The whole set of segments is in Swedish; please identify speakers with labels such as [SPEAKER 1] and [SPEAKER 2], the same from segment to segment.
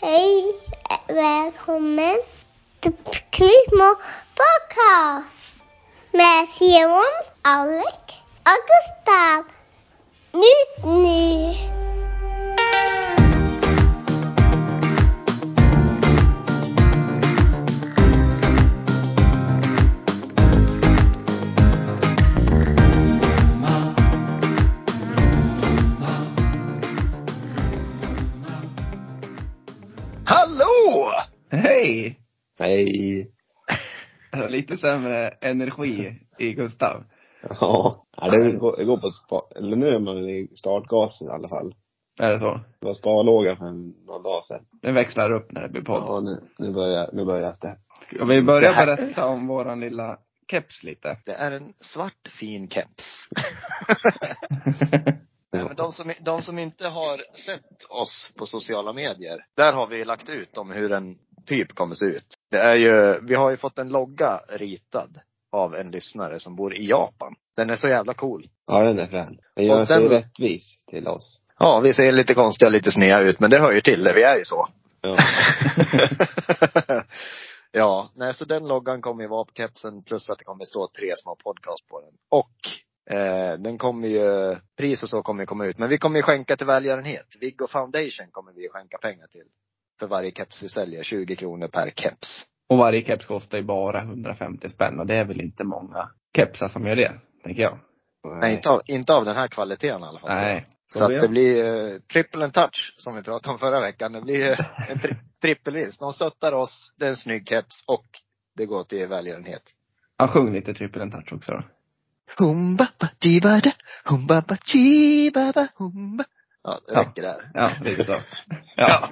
[SPEAKER 1] Hej, välkommen till Kristmo Podcast med Simon, Alec och Gustav. Nytt nu!
[SPEAKER 2] Hallå! Hej!
[SPEAKER 3] Hej.
[SPEAKER 2] Lite sämre energi i Gustav.
[SPEAKER 3] Ja, nej, det går, det går på spa, eller nu är man i startgasen i alla fall.
[SPEAKER 2] Är det så?
[SPEAKER 3] Det var sparlåga för en- några dagar sedan.
[SPEAKER 2] Den växlar upp när det blir podd.
[SPEAKER 3] Ja, nu, nu börjar, nu börjar det.
[SPEAKER 2] Ska vi börja
[SPEAKER 4] Det här-
[SPEAKER 2] berätta om våran lilla keps lite?
[SPEAKER 4] Det är en svart fin keps. Men de, som, de som inte har sett oss på sociala medier, där har vi lagt ut om hur en typ kommer se ut. Det är ju, vi har ju fått en logga ritad av en lyssnare som bor i Japan. Den är så jävla cool.
[SPEAKER 3] Ja, den är frän. Den
[SPEAKER 4] Och
[SPEAKER 3] gör sig
[SPEAKER 4] den-
[SPEAKER 3] rättvis till oss.
[SPEAKER 4] Ja, vi ser lite konstiga, lite sneda ut, men det hör ju till det. Vi är ju så.
[SPEAKER 3] Ja.
[SPEAKER 4] ja, nej så den loggan kommer ju vara på kepsen plus att det kommer stå tre små podcast på den. Och eh, den kommer ju, pris och så kommer ju komma ut. Men vi kommer ju skänka till välgörenhet. Viggo Foundation kommer vi ju skänka pengar till. För varje keps vi säljer, 20 kronor per keps.
[SPEAKER 2] Och varje keps kostar ju bara 150 spänn och det är väl inte många kepsar som gör det, tänker jag.
[SPEAKER 4] Nej, inte av, inte av den här kvaliteten i alla fall.
[SPEAKER 2] Nej.
[SPEAKER 4] Alltså, Så att det blir eh, triple and touch, som vi pratade om förra veckan. Det blir eh, en tri- trippelvinst. De stöttar oss, det är en snygg keps och det går till välgörenhet.
[SPEAKER 2] Ja, sjung lite triple and touch också då.
[SPEAKER 4] Humbabadibada, humbabadibaba, humba. Ja, det
[SPEAKER 2] Ja.
[SPEAKER 4] räcker där.
[SPEAKER 2] Ja, lite så. Ja.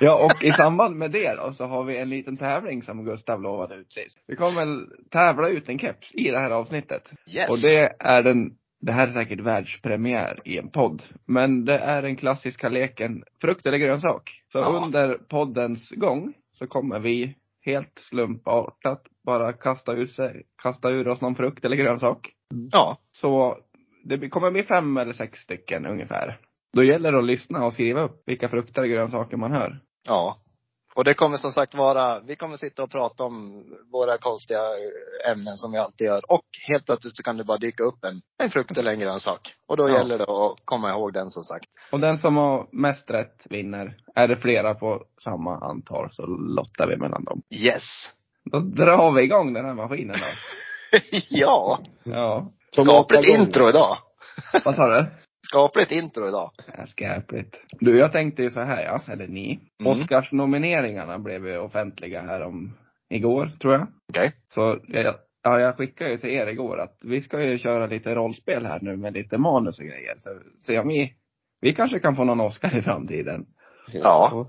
[SPEAKER 2] Ja, och i samband med det då så har vi en liten tävling som Gustav lovade ut sist. Vi kommer väl tävla ut en keps i det här avsnittet.
[SPEAKER 4] Yes.
[SPEAKER 2] Och det är den, det här är säkert världspremiär i en podd. Men det är den klassiska leken frukt eller grönsak. Så
[SPEAKER 4] Ja.
[SPEAKER 2] under poddens gång så kommer vi helt slumpartat bara kasta ur, sig, kasta ur oss någon frukt eller grönsak.
[SPEAKER 4] Ja.
[SPEAKER 2] Så det blir- kommer bli fem eller sex stycken ungefär. Då gäller det att lyssna och skriva upp vilka frukter och grönsaker man hör.
[SPEAKER 4] Ja. Och det kommer som sagt vara, vi kommer sitta och prata om våra konstiga eh, ämnen som vi alltid gör. Och helt plötsligt så kan det bara dyka upp en, en frukt eller en grönsak. Och då
[SPEAKER 2] Ja.
[SPEAKER 4] gäller det att komma ihåg den som sagt.
[SPEAKER 2] Och den som har mest rätt vinner. Är det flera på samma antal så lottar vi mellan dem.
[SPEAKER 4] Yes.
[SPEAKER 2] Då drar vi igång den här maskinen då.
[SPEAKER 4] ja.
[SPEAKER 2] Ja.
[SPEAKER 3] Som åtta
[SPEAKER 4] Skapligt
[SPEAKER 3] gånger.
[SPEAKER 4] intro idag.
[SPEAKER 2] Vad sa du?
[SPEAKER 4] Skapligt intro idag.
[SPEAKER 2] Ja, Skräpligt. Du, jag tänkte ju så här ja, eller ni.
[SPEAKER 4] Mm.
[SPEAKER 2] Oscarsnomineringarna blev ju offentliga här om igår, tror jag.
[SPEAKER 4] Okej.
[SPEAKER 2] Så jag, ja, jag skickade ju till er igår att vi ska ju köra lite rollspel här nu med lite manus och grejer. Så se om vi, vi kanske kan få någon Oscar i framtiden.
[SPEAKER 4] Ja.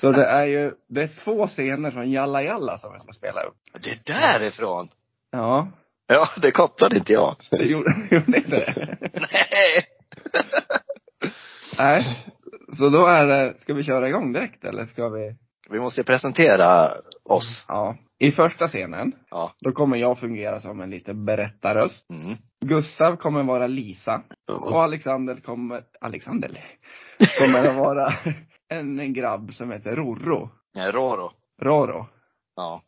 [SPEAKER 2] Så det är ju, det är två scener från Jalla Jalla som vi ska spela upp.
[SPEAKER 4] Det därifrån.
[SPEAKER 2] Ja,
[SPEAKER 4] Ja, det kopplade inte jag.
[SPEAKER 2] det gjorde, gjorde inte det?
[SPEAKER 4] Nej.
[SPEAKER 2] Nej. Så då är det, ska vi köra igång direkt eller ska vi?
[SPEAKER 4] Vi måste ju presentera oss.
[SPEAKER 2] Ja. I första scenen,
[SPEAKER 4] Ja.
[SPEAKER 2] då kommer jag fungera som en lite berättarröst.
[SPEAKER 4] Mm.
[SPEAKER 2] Gustav kommer vara Lisa.
[SPEAKER 3] Ja.
[SPEAKER 2] Och Alexander kommer, Alexander, kommer att vara en grabb som heter Rorro.
[SPEAKER 4] Nej, Roro.
[SPEAKER 2] Roro.
[SPEAKER 4] Ja.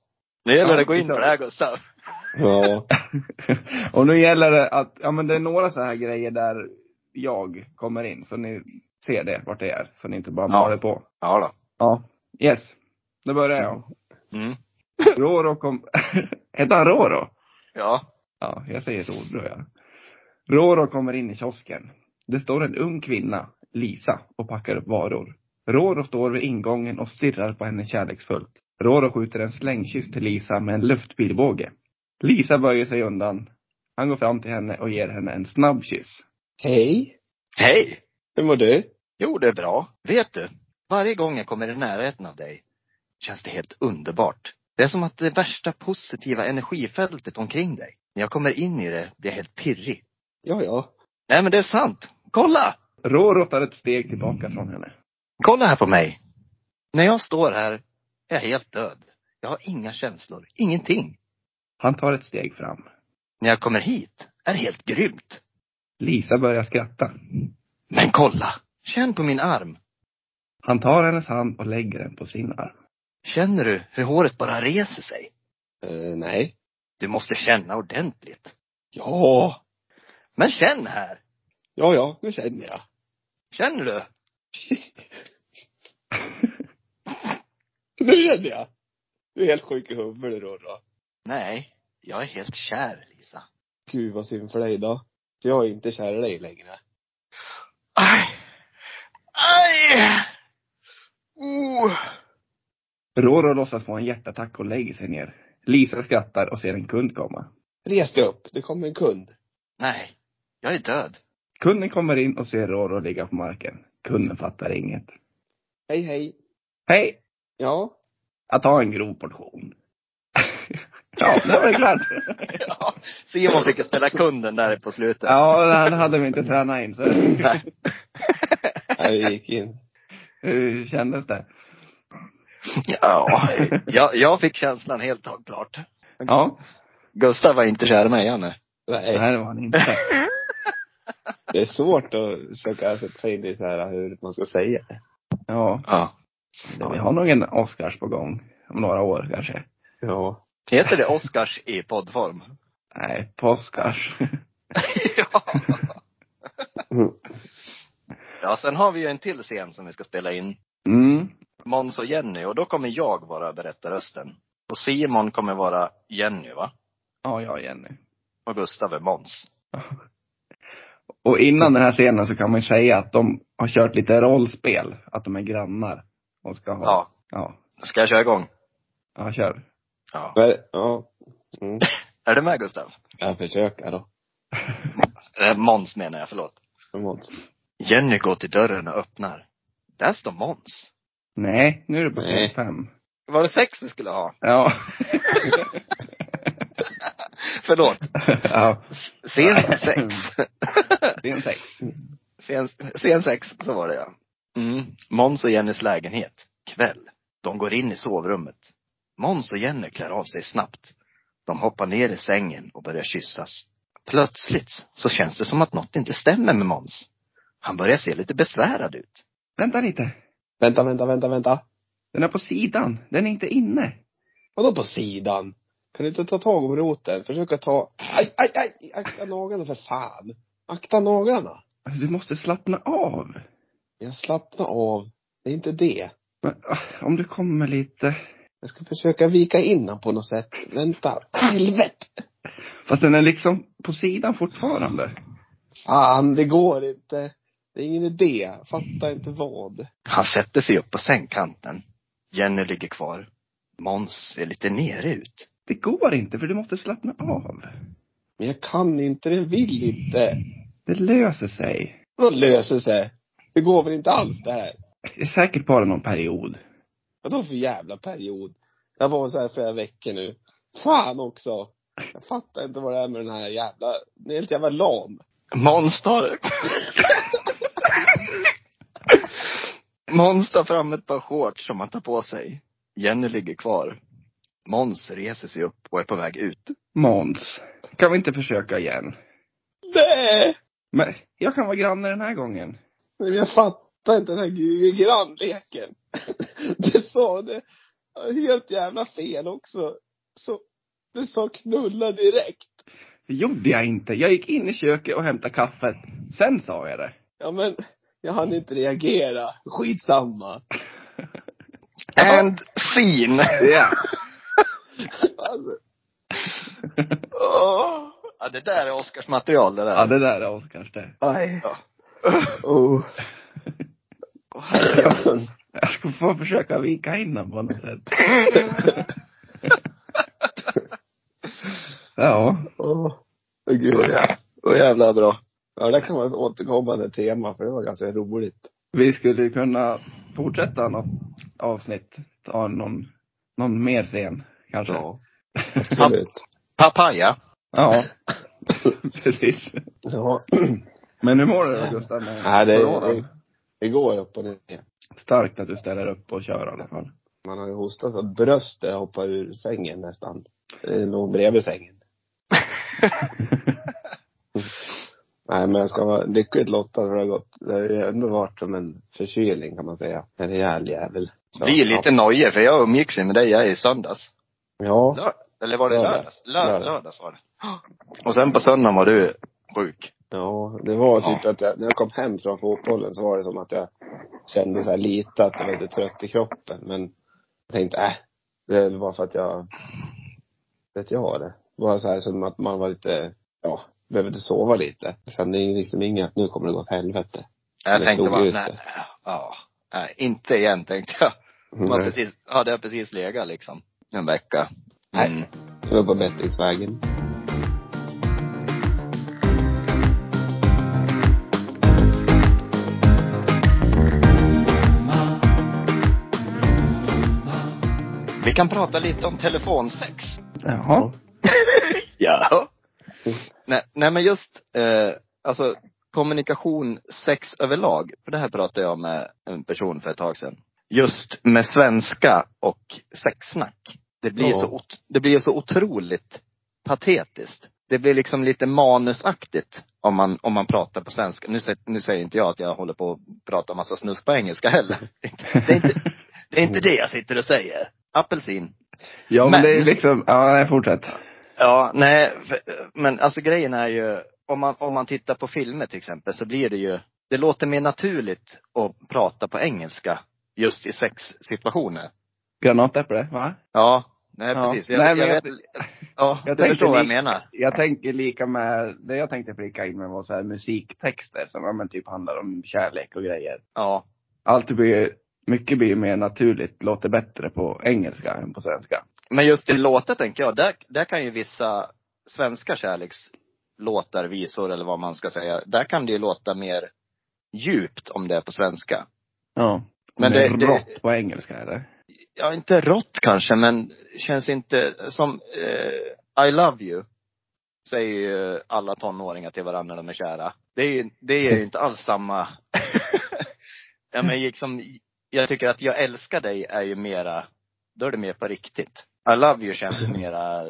[SPEAKER 4] Nu gäller det att gå in på
[SPEAKER 2] Ja,
[SPEAKER 4] det här Gustav.
[SPEAKER 3] Ja.
[SPEAKER 2] Och nu gäller det att, ja men det är några så här grejer där jag kommer in, så ni ser det, vart det är. Så ni inte bara
[SPEAKER 4] Ja.
[SPEAKER 2] maler på.
[SPEAKER 4] Ja då.
[SPEAKER 2] Ja. Yes. Då börjar jag.
[SPEAKER 4] Mm.
[SPEAKER 2] Roro kom, hette han Roro?
[SPEAKER 4] Ja.
[SPEAKER 2] Ja, jag säger Rorro ja. Roro kommer in i kiosken. Det står en ung kvinna, Lisa, och packar upp varor. Roro står vid ingången och stirrar på henne kärleksfullt. Roro skjuter en slängkyss till Lisa med en luftbilbåge. Lisa böjer sig undan. Han går fram till henne och ger henne en snabb kyss.
[SPEAKER 3] Hej.
[SPEAKER 4] Hej!
[SPEAKER 3] Hur mår du?
[SPEAKER 4] Jo, det är bra. Vet du? Varje gång jag kommer i närheten av dig känns det helt underbart. Det är som att det värsta positiva energifältet omkring dig. När jag kommer in i det blir jag helt pirrig.
[SPEAKER 3] Ja, ja.
[SPEAKER 4] Nej, men det är sant. Kolla!
[SPEAKER 2] Roro tar ett steg tillbaka från henne.
[SPEAKER 4] Kolla här på mig. När jag står här är jag helt död. Jag har inga känslor, ingenting.
[SPEAKER 2] Han tar ett steg fram.
[SPEAKER 4] När jag kommer hit är det helt grymt.
[SPEAKER 2] Lisa börjar skratta.
[SPEAKER 4] Men kolla! Känn på min arm.
[SPEAKER 2] Han tar hennes hand och lägger den på sin arm.
[SPEAKER 4] Känner du hur håret bara reser sig?
[SPEAKER 3] Eh, nej.
[SPEAKER 4] Du måste känna ordentligt.
[SPEAKER 3] Ja.
[SPEAKER 4] Men känn här!
[SPEAKER 3] Ja, ja, nu känner jag.
[SPEAKER 4] Känner du?
[SPEAKER 3] Nu känner jag. Du är helt sjuk i huvudet då. då.
[SPEAKER 4] Nej, jag är helt kär, Lisa.
[SPEAKER 3] Gud vad synd för dig då. För jag är inte kär i dig längre.
[SPEAKER 4] Aj! Aj! Oh!
[SPEAKER 2] Roro låtsas få en hjärtattack och lägger sig ner. Lisa skrattar och ser en kund komma.
[SPEAKER 3] Res dig upp, det kommer en kund.
[SPEAKER 4] Nej, jag är död.
[SPEAKER 2] Kunden kommer in och ser Roro ligga på marken. Kunden fattar inget.
[SPEAKER 3] Hej, hej.
[SPEAKER 2] Hej!
[SPEAKER 3] Ja.
[SPEAKER 2] Jag tar en grov portion. ja, det var klart.
[SPEAKER 4] Ja, Simon fick ju spela kunden där på slutet.
[SPEAKER 2] ja, det här hade vi inte tränat in. Så
[SPEAKER 4] Nej.
[SPEAKER 3] Nej, det gick in.
[SPEAKER 2] hur kändes det?
[SPEAKER 4] Ja, jag, jag fick känslan helt klart.
[SPEAKER 2] Ja,
[SPEAKER 4] Gustav var inte kär i mig, Janne.
[SPEAKER 2] det
[SPEAKER 3] Nej,
[SPEAKER 2] här var han inte.
[SPEAKER 3] det är svårt att försöka sätta sig in i så här hur man ska säga.
[SPEAKER 2] Ja,
[SPEAKER 4] Ja.
[SPEAKER 2] vi har nog en Oscars på gång. Om några år kanske.
[SPEAKER 3] Ja.
[SPEAKER 4] Heter det Oscars i poddform?
[SPEAKER 2] Nej, på Oscars.
[SPEAKER 4] ja. ja, sen har vi ju en till scen som vi ska spela in.
[SPEAKER 2] Mm.
[SPEAKER 4] Måns och Jenny och då kommer jag vara berättarrösten. Och Simon kommer vara Jenny va?
[SPEAKER 2] Ja, jag igen nu.
[SPEAKER 4] Och Gustav är Måns.
[SPEAKER 2] Och innan den här scenen så kan man ju säga att de har kört lite rollspel. Att de är grannar. Och ska ha.
[SPEAKER 4] Ja.
[SPEAKER 2] Ja.
[SPEAKER 4] Ska jag köra igång?
[SPEAKER 2] Ja, kör.
[SPEAKER 4] Ja.
[SPEAKER 3] Men, ja. Mm.
[SPEAKER 4] Är du med Gustav?
[SPEAKER 3] Jag försöker då.
[SPEAKER 4] Eh, Måns menar jag, förlåt.
[SPEAKER 3] Men Måns.
[SPEAKER 4] Jenny går till dörren och öppnar. Där står Måns.
[SPEAKER 2] Nej, nu är det på scen
[SPEAKER 3] Nej.
[SPEAKER 2] fem.
[SPEAKER 4] Var det sex vi skulle ha?
[SPEAKER 2] Ja.
[SPEAKER 4] Förlåt.
[SPEAKER 2] ja.
[SPEAKER 4] Scen sex.
[SPEAKER 2] Det är en sex.
[SPEAKER 4] Scen, scen sex, så var det ja. Mm. Måns och Jennys lägenhet. Kväll. De går in i sovrummet. Måns och Jenny klär av sig snabbt. De hoppar ner i sängen och börjar kyssas. Plötsligt så känns det som att något inte stämmer med Måns. Han börjar se lite besvärad ut.
[SPEAKER 2] Vänta lite.
[SPEAKER 3] Vänta, vänta, vänta, vänta.
[SPEAKER 2] Den är på sidan. Den är inte inne.
[SPEAKER 3] Vadå på sidan? Kan du inte ta tag om roten? Försöka ta... Aj, aj, aj! Akta naglarna för fan! Akta naglarna!
[SPEAKER 2] Alltså, du måste slappna av.
[SPEAKER 3] Jag slappnar av. Det är inte det.
[SPEAKER 2] Men, ah, om du kommer lite.
[SPEAKER 3] Jag ska försöka vika in den på något sätt. Vänta. Helvete!
[SPEAKER 2] Fast den är liksom på sidan fortfarande.
[SPEAKER 3] Fan, det går inte. Det är ingen idé. Fattar inte vad.
[SPEAKER 4] Han sätter sig upp på sängkanten. Jenny ligger kvar. Måns ser lite nere ut.
[SPEAKER 2] Det går inte för du måste slappna av.
[SPEAKER 3] Men jag kan inte, jag vill inte.
[SPEAKER 2] Det löser sig.
[SPEAKER 3] Då löser det sig. Det går väl inte alls det här?
[SPEAKER 2] Det är säkert bara någon period.
[SPEAKER 3] Vadå för jävla period? Jag var så här flera veckor nu. Fan också! Jag fattar inte vad det är med den här jävla, den är helt jävla lam.
[SPEAKER 4] Måns tar... Måns tar fram ett par shorts som han tar på sig. Jenny ligger kvar. Måns reser sig upp och är på väg ut.
[SPEAKER 2] Måns, kan vi inte försöka igen?
[SPEAKER 3] Nej!
[SPEAKER 2] Men jag kan vara granne den här gången.
[SPEAKER 3] Men jag fattar inte den här gr- grannleken. Du sa det helt jävla fel också. Så, du sa knulla direkt.
[SPEAKER 2] Det gjorde jag inte. Jag gick in i köket och hämtade kaffet. Sen sa jag det.
[SPEAKER 3] Ja men, jag hann inte reagera. Skitsamma.
[SPEAKER 4] And scene!
[SPEAKER 2] Ja.
[SPEAKER 3] Alltså,
[SPEAKER 4] Åh. Ja, det där är Oscars material det där.
[SPEAKER 2] Ja, det där är Oscars det.
[SPEAKER 3] aj.
[SPEAKER 4] Ja.
[SPEAKER 3] Oh.
[SPEAKER 4] Åh, herregud.
[SPEAKER 2] Jag ska få försöka vika in den på något sätt. ja.
[SPEAKER 3] Åh, oh, gud. Ja.
[SPEAKER 4] Åh, jävla bra.
[SPEAKER 3] ja, det kan vara ett återkommande tema för det var ganska roligt.
[SPEAKER 2] Vi skulle kunna fortsätta något avsnitt. Ta någon, någon mer scen kanske.
[SPEAKER 3] Ja. Absolut.
[SPEAKER 4] Papaya.
[SPEAKER 2] Ja. Precis.
[SPEAKER 3] Ja.
[SPEAKER 2] Men hur mår du då Gustav? med
[SPEAKER 3] Nej, det,
[SPEAKER 2] coronan?
[SPEAKER 3] det, det går upp och ner.
[SPEAKER 2] Starkt att du ställer upp och kör i alla fall.
[SPEAKER 3] Man har ju hostat så att bröstet hoppar ur sängen nästan. Det låg bredvid sängen. Nej, men jag ska vara lyckligt lottad för det har gått. Det har ju ändå varit som en förkylning kan man säga. En rejäl jävel. Så,
[SPEAKER 4] Vi är lite nojor för jag umgicks ju med dig jag i söndags.
[SPEAKER 3] Ja.
[SPEAKER 4] Lör, eller var det
[SPEAKER 3] Lördags.
[SPEAKER 4] lördags? Lör,
[SPEAKER 3] Lördags.
[SPEAKER 4] lördags var det. Och sen på söndagen var du sjuk.
[SPEAKER 3] Ja, det var typ att jag, när jag kom hem från fotbollen så var det som att jag kände så här lite att jag var lite trött i kroppen. Men jag tänkte, äh, det är väl bara för att jag, vet jag det. Det var så här som att man var lite, ja, behövde sova lite. Jag kände ju liksom inget att nu kommer det gå åt helvete.
[SPEAKER 4] Jag
[SPEAKER 3] Det
[SPEAKER 4] tänkte
[SPEAKER 3] tog
[SPEAKER 4] bara,
[SPEAKER 3] ut
[SPEAKER 4] nej,
[SPEAKER 3] det.
[SPEAKER 4] ja, nej, inte igen tänkte jag. Man
[SPEAKER 3] Nej,
[SPEAKER 4] precis, hade jag precis legat liksom en vecka.
[SPEAKER 3] Nej.
[SPEAKER 4] Mm.
[SPEAKER 3] det var på bättringsvägen.
[SPEAKER 4] Vi kan prata lite om telefonsex.
[SPEAKER 2] Jaha.
[SPEAKER 4] Ja. nej, nej men just, eh, alltså kommunikation, sex överlag. För det här pratade jag med en person för ett tag sedan. Just med svenska och sexsnack. Det blir,
[SPEAKER 3] Ja.
[SPEAKER 4] så, ot- det blir så otroligt patetiskt. Det blir liksom lite manusaktigt om man, om man pratar på svenska. Nu, sä- nu säger inte jag att jag håller på att prata massa snusk på engelska heller. Det är inte det, är inte det jag sitter och säger. Apelsin.
[SPEAKER 2] Ja, men,
[SPEAKER 4] Men-
[SPEAKER 2] det är liksom, ja, nej, fortsätt.
[SPEAKER 4] Ja, nej, för- men alltså grejen är ju, om man, om man tittar på filmer till exempel så blir det ju, det låter mer naturligt att prata på engelska just i sexsituationer.
[SPEAKER 2] Granatäpple, va?
[SPEAKER 4] Ja, nej
[SPEAKER 2] Ja.
[SPEAKER 4] precis.
[SPEAKER 2] Nej,
[SPEAKER 4] Jag,
[SPEAKER 2] men
[SPEAKER 4] jag,
[SPEAKER 2] jag-
[SPEAKER 4] vet, ja,
[SPEAKER 2] jag
[SPEAKER 4] du
[SPEAKER 2] tänkte
[SPEAKER 4] förstår vad jag
[SPEAKER 2] lite-
[SPEAKER 4] menar.
[SPEAKER 2] Jag tänker lika med, det jag tänkte pricka in med var så här musiktexter som ja, men typ handlar om kärlek och grejer.
[SPEAKER 4] Ja,
[SPEAKER 2] Allt blir, mycket blir mer naturligt, låter bättre på engelska än på svenska.
[SPEAKER 4] men just i låtar tänker jag, där, där kan ju vissa svenska kärlekslåtar, visor eller vad man ska säga, där kan det ju låta mer djupt om det är på svenska.
[SPEAKER 2] Ja.
[SPEAKER 4] Men
[SPEAKER 2] Men det är
[SPEAKER 4] det- det-
[SPEAKER 2] rått på engelska eller?
[SPEAKER 4] ja, inte rått kanske, men känns inte som eh, I love you. Säger ju alla tonåringar till varandra när de är kära. Det är ju, det är ju inte alls samma. ja, men liksom, jag tycker att jag älskar dig är ju mera, då är det mer på riktigt. I love you känns mera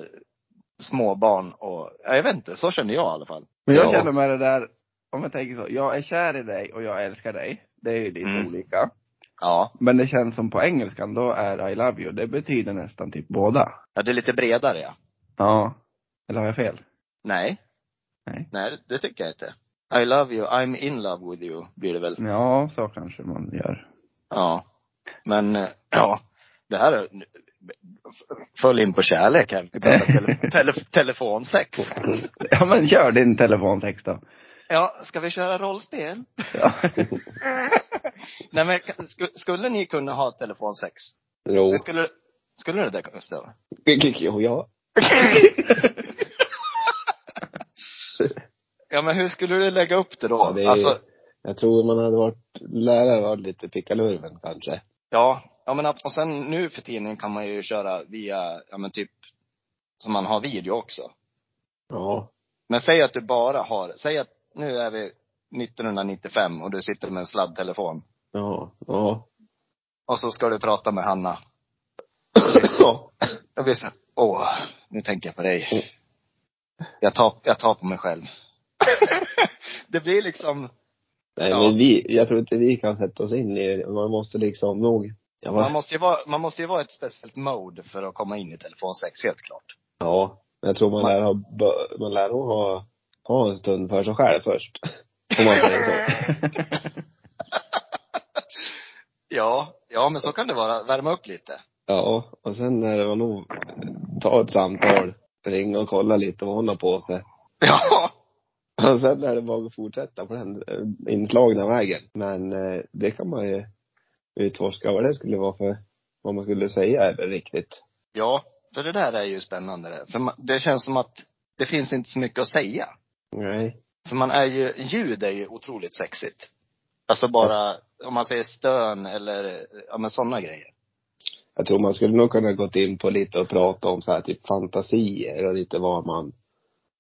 [SPEAKER 4] småbarn och, ja, jag vet inte, så känner jag i alla fall.
[SPEAKER 2] Men jag
[SPEAKER 4] Ja.
[SPEAKER 2] känner med det där, om jag tänker så, jag är kär i dig och jag älskar dig. Det är ju lite
[SPEAKER 4] Mm.
[SPEAKER 2] olika.
[SPEAKER 4] Ja,
[SPEAKER 2] Men det känns som på engelskan, då är I love you, det betyder nästan typ båda.
[SPEAKER 4] ja det är lite bredare ja.
[SPEAKER 2] Ja. Eller har jag fel?
[SPEAKER 4] Nej.
[SPEAKER 2] Nej.
[SPEAKER 4] Nej, det tycker jag inte. I love you, I'm in love with you, blir det väl.
[SPEAKER 2] Ja, så kanske man gör.
[SPEAKER 4] Ja. Men eh, ja, det här är, föll in på kärlek här. Vi pratar tele, tele, telefonsex.
[SPEAKER 2] Ja men kör din telefontext då.
[SPEAKER 4] Ja, ska vi köra rollspel?
[SPEAKER 2] Ja.
[SPEAKER 4] Nej men sku- skulle ni kunna ha telefonsex?
[SPEAKER 3] Jo.
[SPEAKER 4] Skulle, skulle ni det Gustav?
[SPEAKER 3] Jo, ja.
[SPEAKER 4] Ja men hur skulle du lägga upp det då?
[SPEAKER 3] Ja, det är-
[SPEAKER 4] Alltså,
[SPEAKER 3] Jag tror man hade varit, lärare var lite pickalurven kanske.
[SPEAKER 4] ja. Ja men att- och sen nu för tiden kan man ju köra via, ja men typ, som man har video också.
[SPEAKER 3] Ja.
[SPEAKER 4] Men säg att du bara har, säg att nu är vi 1995 och du sitter med en sladdtelefon.
[SPEAKER 3] Ja. Ja.
[SPEAKER 4] Och så ska du prata med Hanna.
[SPEAKER 3] Ja.
[SPEAKER 4] Jag blir såhär, åh, nu tänker jag på dig. Jag tar, jag tar på mig själv. det blir liksom,
[SPEAKER 3] Nej,
[SPEAKER 4] Ja.
[SPEAKER 3] men vi, jag tror inte vi kan sätta oss in i det. Man måste liksom nog, ja,
[SPEAKER 4] man
[SPEAKER 3] va?
[SPEAKER 4] måste ju vara, man måste ju vara i ett speciellt mode för att komma in i telefonsex, helt klart.
[SPEAKER 3] ja. Men jag tror man lär ha, bö- man lär nog ha, ha en stund för sig själv först. Om man säger så.
[SPEAKER 4] Ja, ja men så kan det vara. Värma upp lite.
[SPEAKER 3] Ja, och sen är det väl nog ta ett samtal, ringa och kolla lite vad hon har på sig.
[SPEAKER 4] Ja.
[SPEAKER 3] Och sen är det bara att fortsätta på den eh, inslagna vägen. Men eh, det kan man ju utforska vad det skulle vara för, vad man skulle säga är det riktigt.
[SPEAKER 4] Ja, för det där är ju spännande. det. För man, det känns som att det finns inte så mycket att säga.
[SPEAKER 3] Nej.
[SPEAKER 4] För man är ju, ljud är ju otroligt sexigt. Alltså bara, om man säger stön eller, ja men sådana grejer.
[SPEAKER 3] Jag tror man skulle nog kunna gått in på lite och prata om så här typ fantasier och lite vad man,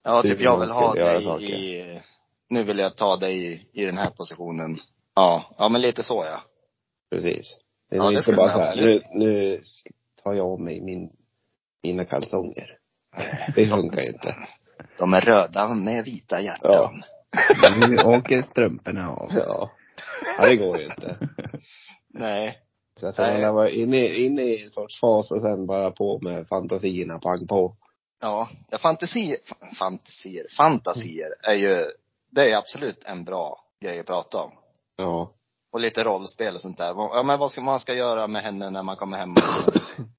[SPEAKER 4] Ja,
[SPEAKER 3] Det är
[SPEAKER 4] typ
[SPEAKER 3] hur
[SPEAKER 4] jag
[SPEAKER 3] man
[SPEAKER 4] vill
[SPEAKER 3] skulle
[SPEAKER 4] ha
[SPEAKER 3] göra
[SPEAKER 4] dig
[SPEAKER 3] saker.
[SPEAKER 4] i, nu vill jag ta dig i, i den här positionen. Ja, ja men lite så ja.
[SPEAKER 3] precis. Det är
[SPEAKER 4] Ja,
[SPEAKER 3] nog
[SPEAKER 4] det
[SPEAKER 3] inte
[SPEAKER 4] skulle
[SPEAKER 3] bara
[SPEAKER 4] man
[SPEAKER 3] så här, nu,
[SPEAKER 4] absolut.
[SPEAKER 3] nu tar jag av mig min, mina kalsonger. Det funkar ju inte.
[SPEAKER 4] De är röda med vita hjärtan.
[SPEAKER 3] Ja.
[SPEAKER 2] Nu åker strumporna av.
[SPEAKER 3] Ja. ja, det går ju inte.
[SPEAKER 4] Nej.
[SPEAKER 3] Så jag tror
[SPEAKER 4] Nej.
[SPEAKER 3] han var inne, inne i en sorts fas och sen bara på med fantasierna, pang på.
[SPEAKER 4] Ja, ja fantasier, fa- fantasier, fantasier är ju, det är absolut en bra grej att prata om.
[SPEAKER 3] Ja.
[SPEAKER 4] Och lite rollspel och sånt där. Ja men vad ska man ska göra med henne när man kommer hem?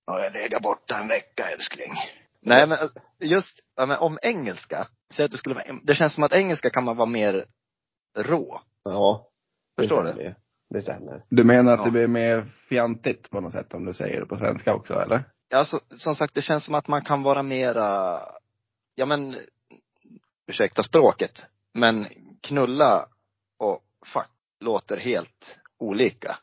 [SPEAKER 4] Ja, jag lägger borta en vecka älskling. Nej men eh, just, ja, men om engelska. Säg att du skulle vara, det känns som att engelska kan man vara mer rå.
[SPEAKER 3] Ja. Det
[SPEAKER 4] Förstår du?
[SPEAKER 3] stämmer ju. Det stämmer.
[SPEAKER 2] Du menar att
[SPEAKER 4] Ja.
[SPEAKER 2] det blir mer fjantigt på något sätt om du säger det på svenska också eller?
[SPEAKER 4] Alltså, som sagt, det känns som att man kan vara mera, ja men, ursäkta språket, men knulla och fuck låter helt olika.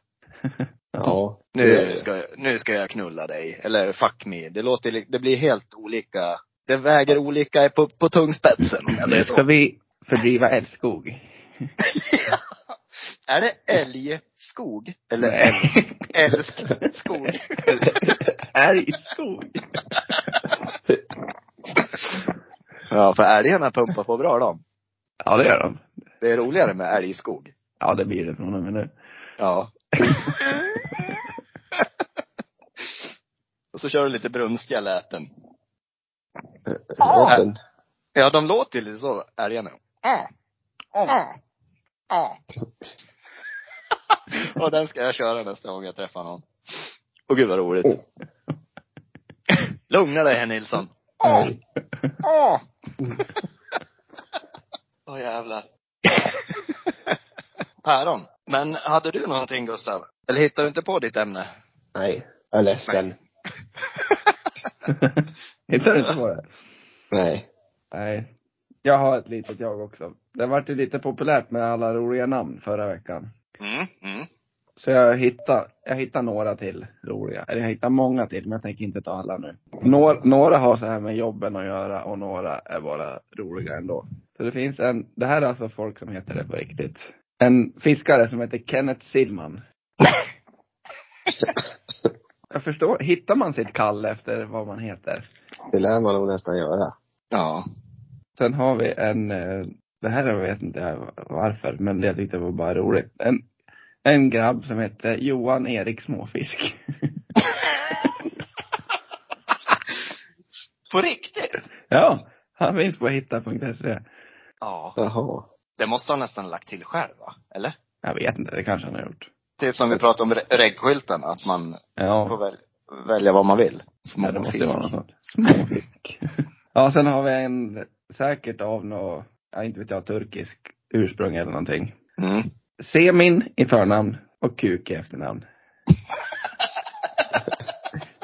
[SPEAKER 3] Ja. det gör
[SPEAKER 4] Nu
[SPEAKER 3] det.
[SPEAKER 4] ska, jag, nu ska jag knulla dig, eller fuck me. Det låter, li- det blir helt olika, det väger olika på, på tungspetsen om jag säger
[SPEAKER 2] Nu ska
[SPEAKER 4] så.
[SPEAKER 2] vi fördriva älskog.
[SPEAKER 4] Är det älgskog? Eller
[SPEAKER 2] Nej.
[SPEAKER 4] älskskog?
[SPEAKER 2] Älgskog.
[SPEAKER 4] ja, för älgarna pumpar på bra de.
[SPEAKER 2] Ja det gör de.
[SPEAKER 4] Det är roligare med älgskog.
[SPEAKER 2] Ja det blir det från och med nu.
[SPEAKER 4] Ja. Och så kör du lite brunstiga läten.
[SPEAKER 3] Låten.
[SPEAKER 4] Ja, de låter ju lite så, älgarna. Äh. Äh. Äh. Och den ska jag köra nästa gång jag träffar någon. Och gud vad roligt.
[SPEAKER 3] Åh.
[SPEAKER 4] Lugna dig herr Nilsson.
[SPEAKER 3] Ja.
[SPEAKER 4] Åh! Åh jävlar. Päron. Men hade du någonting Gustav? Eller hittar du inte på ditt ämne?
[SPEAKER 3] Nej. Jag är ledsen.
[SPEAKER 2] Hittar du inte på det?
[SPEAKER 3] Nej.
[SPEAKER 2] Nej. Jag har ett litet jag också. Det vart ju lite populärt med alla roliga namn förra veckan.
[SPEAKER 4] Mm, mm.
[SPEAKER 2] Så jag hittar, jag hittar några till roliga. Eller jag hittar många till, men jag tänker inte ta alla nu. Några, några har så här med jobben att göra och några är bara roliga ändå. Så det finns en, det här är alltså folk som heter det på riktigt. En fiskare som heter Kenneth Silman. Jag förstår, hittar man sitt kall efter vad man heter?
[SPEAKER 3] Det lär man nog nästan göra.
[SPEAKER 4] Ja.
[SPEAKER 2] Sen har vi en, eh, det här jag vet inte varför, men det jag tyckte var bara roligt. En, en grabb som heter Johan Erik Småfisk.
[SPEAKER 4] På riktigt?
[SPEAKER 2] Ja, han finns på hitta.se.
[SPEAKER 4] Ja.
[SPEAKER 3] Jaha.
[SPEAKER 4] Det måste han nästan lagt till själv va? Eller?
[SPEAKER 2] Jag vet inte, det kanske han har gjort.
[SPEAKER 4] Typ som vi pratade om re- regskylten, att man får
[SPEAKER 2] Ja,
[SPEAKER 4] väl, välja vad man vill.
[SPEAKER 2] ja det måste ju
[SPEAKER 4] Småfisk.
[SPEAKER 2] vara något sånt. Småfisk. ja, sen har vi en säkert av något, ja, inte vet jag, turkisk ursprung eller någonting.
[SPEAKER 4] Mm.
[SPEAKER 2] Semin i förnamn och Kuk i efternamn.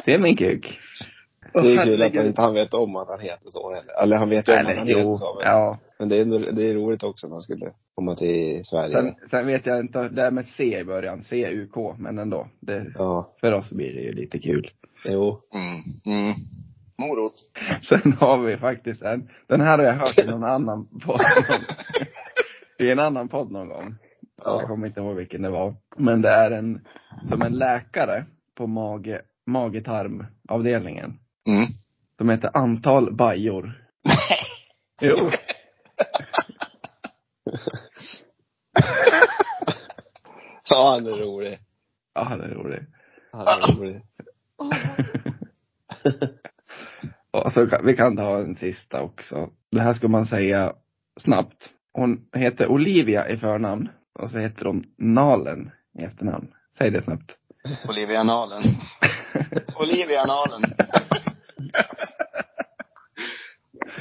[SPEAKER 2] Semin Kuk.
[SPEAKER 3] Det är kul att han inte han vet om att han heter så heller. Eller han vet ju om att
[SPEAKER 2] Eller
[SPEAKER 3] han heter
[SPEAKER 2] jo,
[SPEAKER 3] så. Men,
[SPEAKER 2] ja.
[SPEAKER 3] men det, är, ändå- det är roligt också om man skulle komma till Sverige.
[SPEAKER 2] Sen, sen vet jag inte, det här med C i början, C-U-K, men ändå. Det,
[SPEAKER 3] Ja.
[SPEAKER 2] för oss blir det ju lite kul.
[SPEAKER 3] Jo.
[SPEAKER 4] Mm. Mm. Morot.
[SPEAKER 2] Sen har vi faktiskt en, den här har jag hört i någon annan podd. I en annan podd någon gång. Jag
[SPEAKER 3] Ja.
[SPEAKER 2] kommer inte ihåg vilken det var. Men det är en, som en läkare på mage, magetarmavdelningen.
[SPEAKER 4] Mm.
[SPEAKER 2] Som heter Antal Bajor. Jo.
[SPEAKER 3] ja, han är rolig.
[SPEAKER 2] Ja, det är roligt.
[SPEAKER 3] Han
[SPEAKER 2] Ah,
[SPEAKER 3] är rolig.
[SPEAKER 2] Och så kan, vi kan ta en sista också. Det här ska man säga snabbt. Hon heter Olivia i förnamn och så heter hon Nalen i efternamn. Säg det snabbt.
[SPEAKER 4] Olivia Nalen. Olivia Nalen.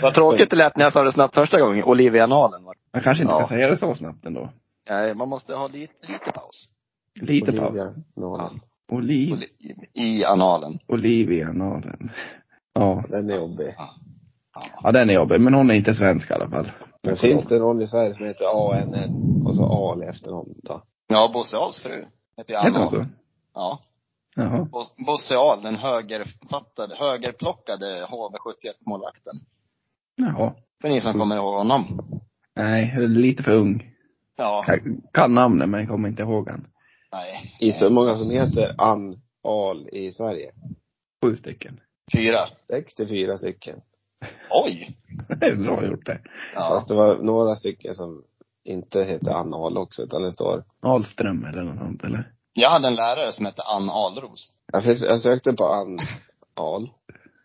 [SPEAKER 4] Vad tråkigt det lät när jag sa det snabbt första gången. Olivia Nalen. var det.
[SPEAKER 2] Man kanske inte
[SPEAKER 4] Ja.
[SPEAKER 2] ska säga det så snabbt ändå.
[SPEAKER 4] Nej, man måste ha lite, lite paus.
[SPEAKER 2] Lite paus.
[SPEAKER 3] Olivia Nolan.
[SPEAKER 2] Oliv,
[SPEAKER 4] Oli- I analen.
[SPEAKER 2] Olivia Nalen. Ja.
[SPEAKER 3] Den är jobbig.
[SPEAKER 4] Ja.
[SPEAKER 2] ja, den är jobbig. Men hon är inte svensk i alla fall.
[SPEAKER 3] Men finns det någon i Sverige som heter ANN och så AL efter någon då?
[SPEAKER 4] Ja, Bosse Ahls fru heter ju
[SPEAKER 2] Heter hon
[SPEAKER 4] Anna.
[SPEAKER 2] så?
[SPEAKER 4] Ja.
[SPEAKER 2] Jaha.
[SPEAKER 4] Bos- Bosse Ahl, den högerfattade, högerplockade HV71-målvakten.
[SPEAKER 2] Jaha.
[SPEAKER 4] För ni som kommer ihåg honom.
[SPEAKER 2] Nej, jag är lite för ung.
[SPEAKER 4] Ja,
[SPEAKER 2] Jag kan namnet men kommer inte ihåg han.
[SPEAKER 4] nej.
[SPEAKER 3] I så många som heter Ann AL i Sverige.
[SPEAKER 2] Sju stycken.
[SPEAKER 4] Fyra.
[SPEAKER 3] 64 stycken.
[SPEAKER 4] Oj!
[SPEAKER 2] Det är bra gjort det.
[SPEAKER 4] Ja.
[SPEAKER 3] Fast det var några stycken som inte heter Anna Ahl också, utan det står
[SPEAKER 2] Ahlström eller något sånt eller?
[SPEAKER 5] Jag hade en lärare som hette Ann Alros.
[SPEAKER 3] Jag, fick, jag sökte på Ann Ahl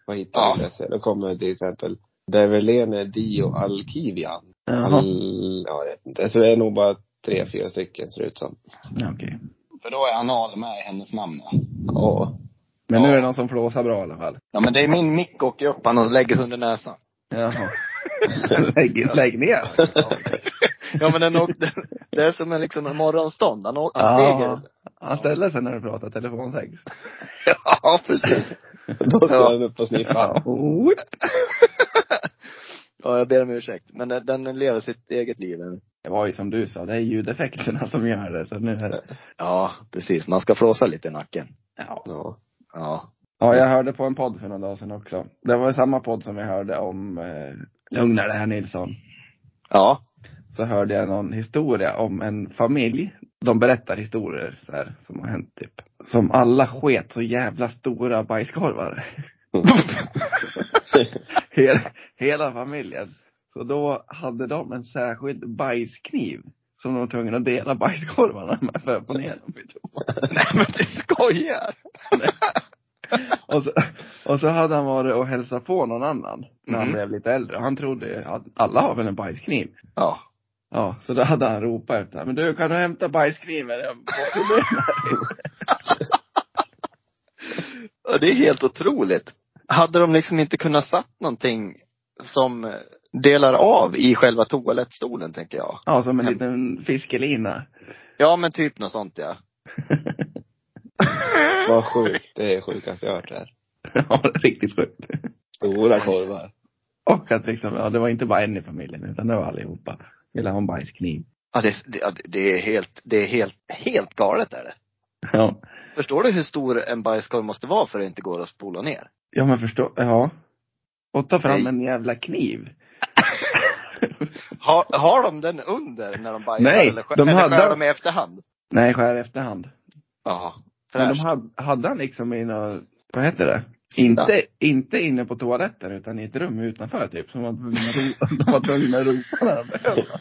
[SPEAKER 3] och hittade
[SPEAKER 5] Ja.
[SPEAKER 3] det. Då kommer till exempel Beverlene Dio Alkivian.
[SPEAKER 2] Jaha.
[SPEAKER 3] Al, ja, jag vet inte. Så det är nog bara tre, fyra stycken ser det ut som.
[SPEAKER 2] Ja, okej.
[SPEAKER 5] För då är anal med i hennes namn. ja.
[SPEAKER 3] Ja.
[SPEAKER 2] Men nu
[SPEAKER 5] Ja.
[SPEAKER 2] är det någon som flåsar bra i alla fall.
[SPEAKER 4] Ja men det är min mick åker upp, han lägger sig under näsan.
[SPEAKER 2] Jaha. lägg, lägg ner.
[SPEAKER 4] Ja men den åkte, det är som en liksom en morgonstånd. Han, å- han
[SPEAKER 2] Ja.
[SPEAKER 4] stiger.
[SPEAKER 2] Han ställer sig när du pratar telefonsex.
[SPEAKER 4] Ja precis.
[SPEAKER 3] Då står
[SPEAKER 4] Ja.
[SPEAKER 3] den upp och sniffar.
[SPEAKER 2] Ja. Whip.
[SPEAKER 4] Ja jag ber om ursäkt. Men den, den lever sitt eget liv. den.
[SPEAKER 2] Det var ju som du sa, det är ljudeffekterna som gör det. Så nu är det.
[SPEAKER 4] Ja precis, man ska flåsa lite i nacken.
[SPEAKER 2] Ja.
[SPEAKER 3] Ja.
[SPEAKER 4] Ja.
[SPEAKER 2] ja, jag hörde på en podd för några dagar sedan också. Det var ju samma podd som vi hörde om eh, Lugna dig här Nilsson.
[SPEAKER 4] Ja.
[SPEAKER 2] så hörde jag någon historia om en familj. De berättar historier så här, som har hänt typ. Som alla sket så jävla stora bajskorvar. hela, hela familjen. Så då hade de en särskild bajskniv som de var tvungna att dela bajskorvarna med för att få ner dem i två.
[SPEAKER 4] Nej men du skojar.
[SPEAKER 2] Och så, och så hade han varit och hälsat på någon annan när han
[SPEAKER 4] Mm.
[SPEAKER 2] blev lite äldre. Han trodde ju att alla har väl en bajskniv.
[SPEAKER 4] Ja.
[SPEAKER 2] Ja, så då hade han ropat efter Men du, kan du hämta bajskniven? Jag har problem med dig."
[SPEAKER 4] Ja, det är helt otroligt. Hade de liksom inte kunnat satt någonting som eh, delar av i själva toalettstolen tänker jag.
[SPEAKER 2] Ja, som en liten fiskelina.
[SPEAKER 4] Ja men typ något sånt ja.
[SPEAKER 3] Vad sjukt. Det är sjukaste jag har hört det här.
[SPEAKER 2] ja, det är riktigt sjukt.
[SPEAKER 3] Stora korvar.
[SPEAKER 2] Och att liksom, ja det var inte bara en i familjen, utan det var allihopa. Ville ha en bajskniv.
[SPEAKER 4] Ja det, det, ja, det är helt, det är helt, helt galet är det.
[SPEAKER 2] Ja.
[SPEAKER 4] Förstår du hur stor en bajskorv måste vara för att det inte går att spola ner?
[SPEAKER 2] Ja, men förstå, ja. Och ta fram
[SPEAKER 4] Nej.
[SPEAKER 2] en jävla kniv.
[SPEAKER 4] Har, har de den under när de bajsar
[SPEAKER 2] Nej,
[SPEAKER 4] eller, skär,
[SPEAKER 2] de
[SPEAKER 4] de eller
[SPEAKER 2] hade-
[SPEAKER 4] skär de i efterhand?
[SPEAKER 2] Nej, skär efterhand.
[SPEAKER 4] Ja.
[SPEAKER 2] Men de
[SPEAKER 4] Fräscht.
[SPEAKER 2] hade, hade han liksom i nå- vad heter det?
[SPEAKER 4] Spindel.
[SPEAKER 2] Inte, inte inne på toaletten utan i ett rum utanför typ. Som var tvungna att ro- de var tvungna att ropa när de behövde.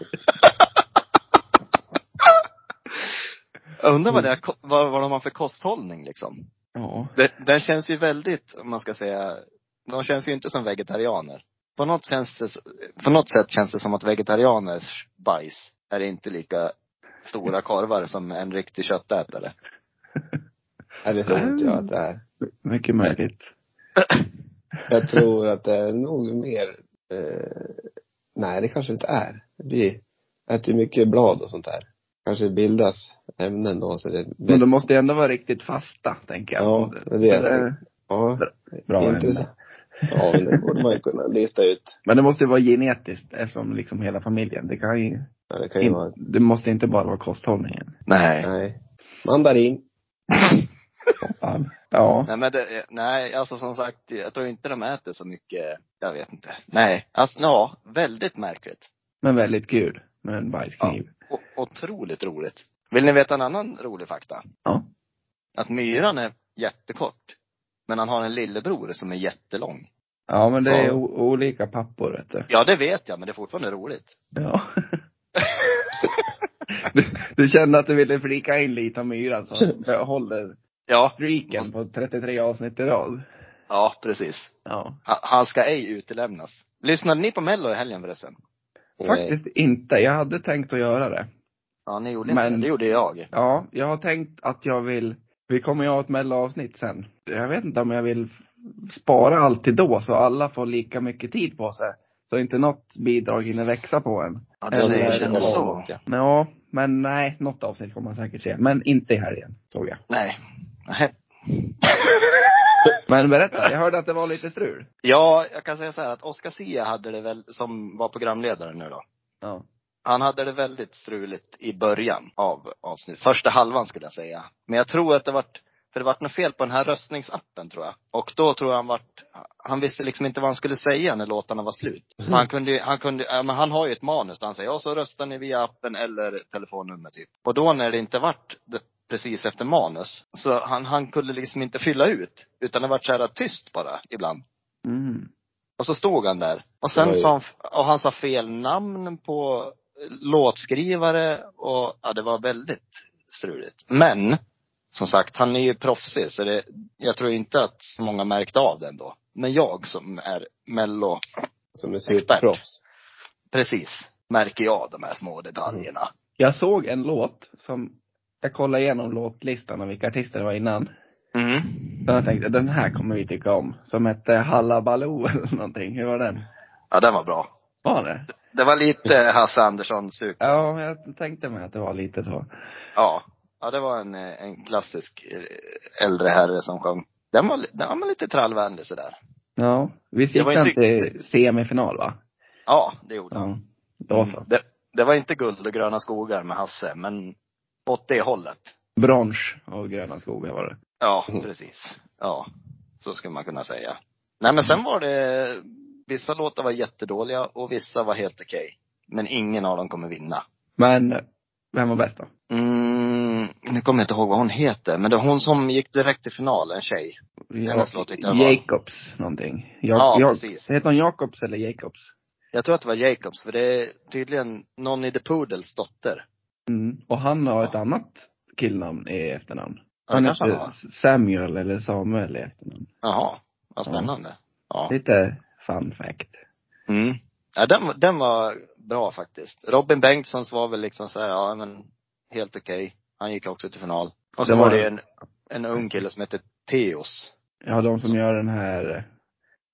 [SPEAKER 4] Jag undrar vad, det är, ko- vad, vad de har för kosthållning liksom.
[SPEAKER 2] Ja.
[SPEAKER 4] Det, den känns ju väldigt, om man ska säga, de känns ju inte som vegetarianer. På något, känns det, på något sätt känns det som att vegetarianers bajs är inte lika stora korvar som en riktig köttätare.
[SPEAKER 3] Nej, det tror inte jag att det är.
[SPEAKER 2] Mycket möjligt.
[SPEAKER 3] Jag tror att det är nog mer, eh, nej det kanske inte är. Vi äter ju mycket blad och sånt där. Kanske bildas ämnen då så det,
[SPEAKER 2] Men de måste ju ändå vara riktigt fasta, tänker jag.
[SPEAKER 3] Ja, det är det jag ja,
[SPEAKER 2] bra ämne.
[SPEAKER 3] intressant. Ja, men det borde man ju kunna lista ut.
[SPEAKER 2] Men det måste ju vara genetiskt eftersom liksom hela familjen. Det kan ju,
[SPEAKER 3] Ja, det kan ju
[SPEAKER 2] in,
[SPEAKER 3] vara,
[SPEAKER 2] det måste inte bara vara kosthållningen.
[SPEAKER 4] Nej.
[SPEAKER 3] nej. Mandarin.
[SPEAKER 2] Fan. Ja.
[SPEAKER 4] Nej men det, nej alltså som sagt, jag tror inte de äter så mycket, jag vet inte. Nej, alltså ja, väldigt märkligt.
[SPEAKER 2] Men väldigt kul med en bajskniv.
[SPEAKER 4] O- otroligt roligt. Vill ni veta en annan rolig fakta?
[SPEAKER 2] Ja.
[SPEAKER 4] Att myran är jättekort. Men han har en lillebror som är jättelång.
[SPEAKER 2] Ja, men det är
[SPEAKER 3] Ja.
[SPEAKER 2] o- olika pappor, vet du.
[SPEAKER 4] Ja, det vet jag, men det är fortfarande roligt.
[SPEAKER 2] Ja. Du, du kände att du ville flika in lite om myran som håller
[SPEAKER 4] Ja,
[SPEAKER 2] streaken på 33 avsnitt i rad.
[SPEAKER 4] ja precis.
[SPEAKER 2] Ja.
[SPEAKER 4] Ha- Han ska ej utelämnas. Lyssnade ni på mello i helgen förresten?
[SPEAKER 3] Nej.
[SPEAKER 2] Faktiskt inte. Jag hade tänkt att göra det.
[SPEAKER 4] Ja, ni gjorde inte
[SPEAKER 2] Men-
[SPEAKER 4] det. Det gjorde jag.
[SPEAKER 2] Ja, jag har tänkt att jag vill, vi kommer ju ha ett mellanavsnitt sen. Jag vet inte om jag vill spara allt till då så alla får lika mycket tid på sig. Så inte något bidrag hinner växa på en.
[SPEAKER 4] Ja,
[SPEAKER 2] Eller
[SPEAKER 4] du säger
[SPEAKER 2] är
[SPEAKER 4] det
[SPEAKER 2] det
[SPEAKER 4] så.
[SPEAKER 2] Ja, men nej, något avsnitt kommer man säkert se. Men inte i helgen, såg jag.
[SPEAKER 4] Nej. Nej.
[SPEAKER 2] Men berätta, jag hörde att det var lite strul.
[SPEAKER 4] Ja, jag kan säga så här att Oscar Sia hade det väl, som var programledare nu då.
[SPEAKER 2] Ja.
[SPEAKER 4] Han hade det väldigt struligt i början av avsnittet. Första halvan skulle jag säga. Men jag tror att det vart, för det vart något fel på den här röstningsappen tror jag. Och då tror jag han vart, han visste liksom inte vad han skulle säga när låtarna var slut. Så han kunde ju- han kunde, ja, men han har ju ett manus där han säger, ja så röstar ni via appen eller telefonnummer typ. Och då när det inte vart det, precis efter manus, så han, han kunde liksom inte fylla ut. Utan det vart så här tyst bara ibland.
[SPEAKER 2] Mm.
[SPEAKER 4] Och så stod han där. Och sen
[SPEAKER 3] Oj.
[SPEAKER 4] sa han, och han sa fel namn på låtskrivare och ja, det var väldigt struligt. Men, som sagt, han är ju proffsig så det, jag tror inte att så många märkte av den då. Men jag som är mello,
[SPEAKER 3] Som musikproffs.
[SPEAKER 4] precis, märker jag de här små detaljerna.
[SPEAKER 2] Jag såg en låt som, jag kollade igenom låtlistan och vilka artister det var innan.
[SPEAKER 4] Mm.
[SPEAKER 2] Så jag tänkte, den här kommer vi tycka om. Som hette Hallabaloo eller någonting. Hur var den?
[SPEAKER 4] Ja, den var bra.
[SPEAKER 2] Var det?
[SPEAKER 4] Det var lite Hasse Andersson-stuk.
[SPEAKER 2] Ja, jag tänkte mig att det var lite så.
[SPEAKER 4] Ja. Ja, det var en, eh, en klassisk eh, äldre herre som sjöng. Den var, li- den var lite trallvänlig sådär.
[SPEAKER 2] Ja. Visst
[SPEAKER 4] Det
[SPEAKER 2] gick
[SPEAKER 4] var
[SPEAKER 2] den
[SPEAKER 4] inte-
[SPEAKER 2] till semifinal va?
[SPEAKER 4] Ja, det gjorde han.
[SPEAKER 2] Ja. Då så.
[SPEAKER 4] Det, det var inte guld och gröna skogar med Hasse, men åt det hållet.
[SPEAKER 2] Brons och gröna skogar var det.
[SPEAKER 4] Ja,
[SPEAKER 3] Mm.
[SPEAKER 4] precis. Ja, så skulle man kunna säga. Nej, men sen var det, vissa låtar var jättedåliga och vissa var helt okej. Men ingen av dem kommer vinna.
[SPEAKER 2] Men, vem var bäst då?
[SPEAKER 4] Mm, nu kommer jag inte ihåg vad hon heter, men det är hon som gick direkt till final, en tjej. Hennes låt tyckte jag var-
[SPEAKER 2] Jacobs någonting. Jag,
[SPEAKER 4] Ja,
[SPEAKER 2] jag,
[SPEAKER 4] precis.
[SPEAKER 2] Heter hon Jacobs eller Jacobs?
[SPEAKER 4] Jag tror att det var Jacobs, för det är tydligen Nonny the Poodles dotter.
[SPEAKER 2] Mm. Och han har ett
[SPEAKER 4] Ja.
[SPEAKER 2] annat killnamn i efternamn.
[SPEAKER 4] Ja,
[SPEAKER 2] Han
[SPEAKER 4] det kanske han
[SPEAKER 2] heter
[SPEAKER 4] har.
[SPEAKER 2] eh, Samuel eller Samuel i efternamn.
[SPEAKER 4] Jaha, vad spännande. Ja.
[SPEAKER 2] Lite fun fact.
[SPEAKER 4] Mm. ja den, var- den var bra faktiskt. Robin Bengtssons var väl liksom så här, ja men helt okej. Han gick också till final. Och så
[SPEAKER 2] Det
[SPEAKER 4] var
[SPEAKER 2] var-
[SPEAKER 4] det en, en ung kille som hette Theos.
[SPEAKER 2] Ja, de som gör den här, eh,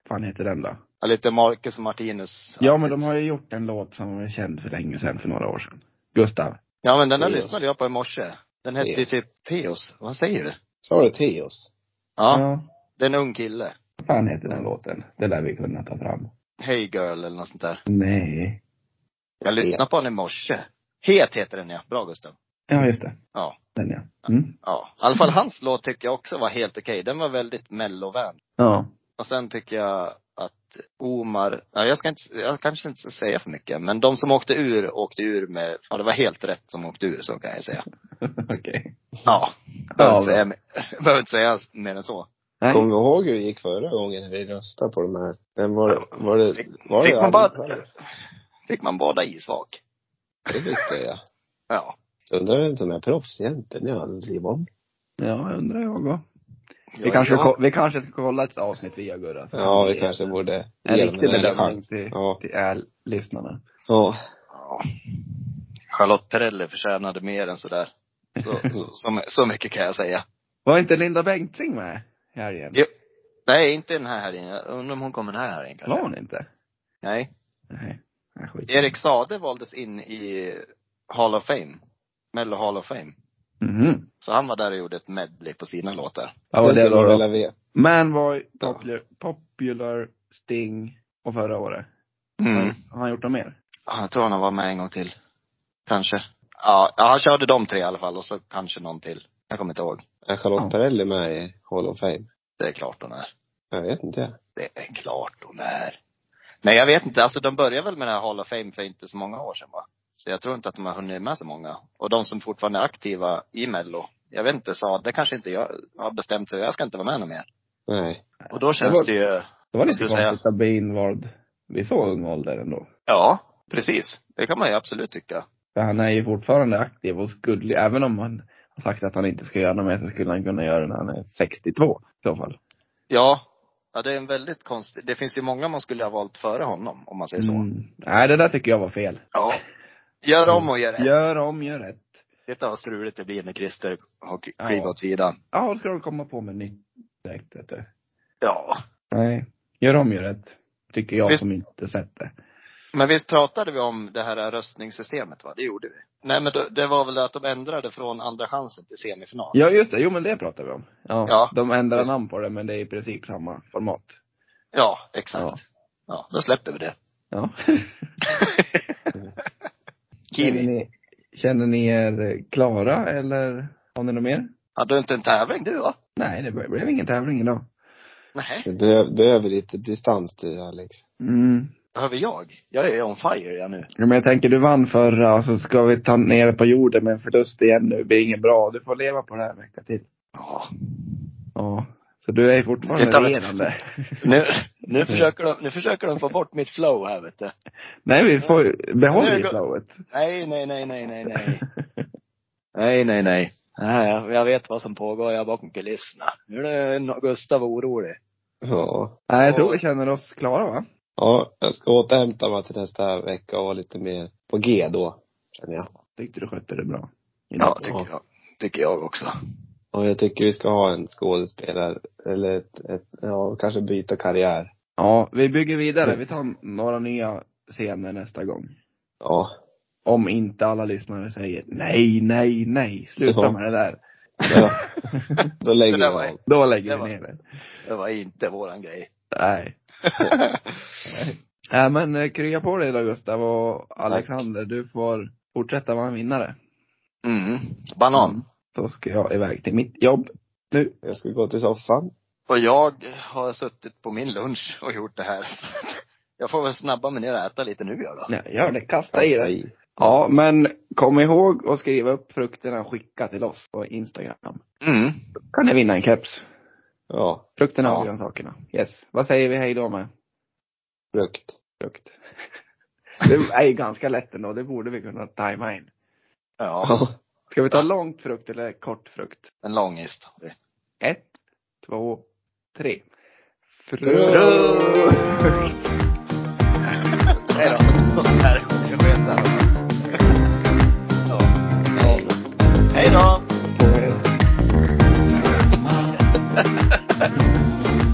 [SPEAKER 2] fan heter den då?
[SPEAKER 4] Ja, lite Marcus och Martinus.
[SPEAKER 2] Ja, men de har ju gjort en låt som är känd för länge sedan, för några år sedan. Gustav.
[SPEAKER 4] Ja, men den där
[SPEAKER 3] Theos.
[SPEAKER 4] lyssnade jag på i morse. Den hette ju
[SPEAKER 3] Theos.
[SPEAKER 4] typ Theos. Vad säger du?
[SPEAKER 3] Sa du Teos?
[SPEAKER 4] Ja, det är en ung kille.
[SPEAKER 2] Vad fan heter den låten? Det där vi kunna ta fram.
[SPEAKER 4] Hey girl eller något sånt där.
[SPEAKER 2] Nej.
[SPEAKER 4] Jag lyssnade på den i morse. Het heter den ja. Bra Gustav.
[SPEAKER 2] Ja, just det.
[SPEAKER 4] Ja.
[SPEAKER 2] Den ja. Mm.
[SPEAKER 4] Ja. I alla fall hans låt tycker jag också var helt okej. Den var väldigt mellovän.
[SPEAKER 2] Ja.
[SPEAKER 4] Och sen tycker jag att Omar, ja, jag ska inte, jag kanske inte ska säga för mycket, men de som åkte ur, åkte ur med, ja det var helt rätt som åkte ur, så kan jag säga.
[SPEAKER 2] Okej.
[SPEAKER 4] Ja. Behöver inte
[SPEAKER 2] Ja,
[SPEAKER 4] säga, mer- behöver inte säga mer än så.
[SPEAKER 2] Nej.
[SPEAKER 3] Kommer du ihåg hur det gick förra gången när vi röstade på de här? Men var det, var det, var det
[SPEAKER 4] Fick man, bara,
[SPEAKER 3] Alvarez?
[SPEAKER 4] fick man bada i svag?
[SPEAKER 3] Det visste jag.
[SPEAKER 4] Ja.
[SPEAKER 3] Undrar vem som är proffs egentligen i hans liv om.
[SPEAKER 2] Ja, jag undrar jag också. Vi,
[SPEAKER 4] Ja,
[SPEAKER 2] kanske,
[SPEAKER 4] ja.
[SPEAKER 2] ko- vi kanske ska kolla ett avsnitt via Gurra. Så
[SPEAKER 3] Ja,
[SPEAKER 2] kan
[SPEAKER 3] vi
[SPEAKER 2] ge
[SPEAKER 3] kanske borde
[SPEAKER 2] En
[SPEAKER 3] ge dem
[SPEAKER 2] riktig
[SPEAKER 3] en
[SPEAKER 2] bedömning
[SPEAKER 3] chans.
[SPEAKER 2] till,
[SPEAKER 3] Ja.
[SPEAKER 2] till er lyssnarna.
[SPEAKER 3] Ja.
[SPEAKER 4] Ja. Charlotte Perrelli förtjänade mer än sådär. Så, så, så, så mycket kan jag säga.
[SPEAKER 2] Var inte Linda Bengtzing med i helgen?
[SPEAKER 4] Jo. Nej, inte den här helgen. Jag undrar om hon kommer den här helgen kanske.
[SPEAKER 2] Var hon inte?
[SPEAKER 4] Nej.
[SPEAKER 2] Nej. Nej, skit.
[SPEAKER 4] Erik Sade valdes in i Hall of Fame. Mello Hall of Fame.
[SPEAKER 2] Mhm.
[SPEAKER 4] Så han var där och gjorde ett medley på sina låtar.
[SPEAKER 2] Ja, och det
[SPEAKER 3] skulle
[SPEAKER 2] var
[SPEAKER 3] man
[SPEAKER 2] då.
[SPEAKER 3] vilja veta.
[SPEAKER 2] Manboy, popular, popular, Sting och förra året.
[SPEAKER 4] Mm.
[SPEAKER 2] Har han gjort något mer?
[SPEAKER 4] Ja, Jag tror han var med en gång till. Kanske. Ja, ja, han körde de tre i alla fall och så kanske någon till. Jag kommer inte ihåg.
[SPEAKER 3] Är Charlotte Perrelli med i Hall of Fame?
[SPEAKER 4] Det är klart hon är.
[SPEAKER 3] Jag vet inte.
[SPEAKER 4] Det är klart hon är. Nej, jag vet inte. Alltså de började väl med den här Hall of Fame för inte så många år sedan va? Så jag tror inte att de har hunnit med så många. Och de som fortfarande är aktiva i Mello. Jag vet inte, sa det kanske inte jag har bestämt sig. Jag ska inte vara med någon mer.
[SPEAKER 3] Nej.
[SPEAKER 4] Och då
[SPEAKER 2] Det
[SPEAKER 4] känns
[SPEAKER 2] var-
[SPEAKER 4] det ju,
[SPEAKER 2] Det var
[SPEAKER 4] Vad
[SPEAKER 2] lite
[SPEAKER 4] ska jag säga?
[SPEAKER 2] konstigt att bli invald vid så ung ålder ändå.
[SPEAKER 4] ja, precis. Det kan man ju absolut tycka.
[SPEAKER 2] För han är ju fortfarande aktiv och skulle, även om han har sagt att han inte ska göra något mer så skulle han kunna göra det när han är 62 i så fall.
[SPEAKER 4] Ja. Ja, det är en väldigt konstig, det finns ju många man skulle ha valt före honom om man säger så.
[SPEAKER 2] Mm. Nej, det där tycker jag var fel.
[SPEAKER 4] Ja. Gör
[SPEAKER 2] Mm.
[SPEAKER 4] om och gör rätt.
[SPEAKER 2] Gör om, gör rätt.
[SPEAKER 4] Titta vad struligt det blir när Christer har kl-
[SPEAKER 2] Ja.
[SPEAKER 4] klivit åt sidan.
[SPEAKER 2] Ja, då ska de komma på med nytt direkt, vet du.
[SPEAKER 4] Ja.
[SPEAKER 2] Nej, gör om, gör rätt. Tycker jag
[SPEAKER 4] Visst.
[SPEAKER 2] som inte sett det.
[SPEAKER 4] Men visst pratade vi om det här röstningssystemet va? Det gjorde vi. Nej men då, det var väl att de ändrade från andra chansen till semifinal.
[SPEAKER 2] Ja, just det. Jo, men det pratar vi om. Ja.
[SPEAKER 4] Ja.
[SPEAKER 2] De ändrar
[SPEAKER 4] Just-
[SPEAKER 2] namn på det, men det är i princip samma format.
[SPEAKER 4] Ja, exakt.
[SPEAKER 2] Ja.
[SPEAKER 4] Ja. då släpper vi det.
[SPEAKER 2] Ja. Känner
[SPEAKER 4] Kiwi.
[SPEAKER 2] ni, känner ni er klara eller har ni något mer?
[SPEAKER 4] Hade du inte en tävling du va?
[SPEAKER 2] Nej, det blev ingen tävling idag.
[SPEAKER 4] Nej.
[SPEAKER 3] Vi behöver, behöver lite distans till det, Alex.
[SPEAKER 2] Mm.
[SPEAKER 4] Behöver jag? Jag är on fire jag nu.
[SPEAKER 2] Ja, men jag tänker, du vann förra och så ska vi ta ner det på jorden med en förlust igen nu. Det blir inget bra. Du får leva på det här en vecka till.
[SPEAKER 4] Ja.
[SPEAKER 2] Ja. Så du är fortfarande
[SPEAKER 4] Titta, men-
[SPEAKER 2] regerande.
[SPEAKER 4] Nu, Nu försöker, de, nu försöker de få bort mitt flow här vet du.
[SPEAKER 2] Nej, vi får behålla
[SPEAKER 4] Nu
[SPEAKER 2] i
[SPEAKER 4] går-
[SPEAKER 2] flowet.
[SPEAKER 4] Nej, nej, nej, nej, nej, nej. Nej, nej, nej. Nej, jag- jag vet vad som pågår, jag är bakom kulisserna. Nu är det no- Gustav orolig.
[SPEAKER 3] Ja.
[SPEAKER 2] Nej, jag tror vi känner oss klara va?
[SPEAKER 3] Ja, jag ska återhämta mig till nästa vecka och vara lite mer på G då, känner jag.
[SPEAKER 2] Tyckte du skötte det bra.
[SPEAKER 4] Ja, tycker jag. Tycker jag också.
[SPEAKER 3] Och jag tycker vi ska ha en skådespelare, eller ett, ett ja, kanske byta karriär.
[SPEAKER 2] Ja, vi bygger vidare. Vi tar några nya scener nästa gång.
[SPEAKER 3] Ja.
[SPEAKER 2] Om inte alla lyssnare säger nej, nej, nej, sluta
[SPEAKER 3] Ja.
[SPEAKER 2] med det där.
[SPEAKER 3] Då, då lägger
[SPEAKER 4] Det där
[SPEAKER 3] vi
[SPEAKER 4] var-
[SPEAKER 3] av.
[SPEAKER 2] Då lägger
[SPEAKER 4] Det
[SPEAKER 2] vi
[SPEAKER 4] var-
[SPEAKER 2] ner det.
[SPEAKER 4] Det var inte våran grej.
[SPEAKER 2] Nej. Nej men eh, krya på dig då Gustav och Alexander, du får fortsätta vara en vinnare.
[SPEAKER 4] Mm. Banan.
[SPEAKER 2] Så ska jag iväg till mitt jobb nu.
[SPEAKER 3] Jag ska gå till soffan.
[SPEAKER 4] Och jag har suttit på min lunch och gjort det här. Jag får väl snabba mig ner och äta lite nu jag då.
[SPEAKER 2] Nej, gör det. Kasta i det. Ja, men kom ihåg att skriva upp frukterna och skicka till oss på Instagram.
[SPEAKER 4] Mm.
[SPEAKER 2] kan ni vinna en keps.
[SPEAKER 3] Ja,
[SPEAKER 2] Frukterna
[SPEAKER 4] Ja.
[SPEAKER 2] och grönsakerna. Yes. Vad säger vi hej då med?
[SPEAKER 3] frukt.
[SPEAKER 2] Frukt. Det är ju ganska lätt ändå. Det borde vi kunna tajma in.
[SPEAKER 4] Ja,
[SPEAKER 3] Ja.
[SPEAKER 2] Ska vi ta långt frukt eller kort frukt?
[SPEAKER 4] en lång historia.
[SPEAKER 2] Ett, två, tre. Frukt.
[SPEAKER 3] Frukt.
[SPEAKER 4] Hej då. Här jag sket där. Ja. Hej då.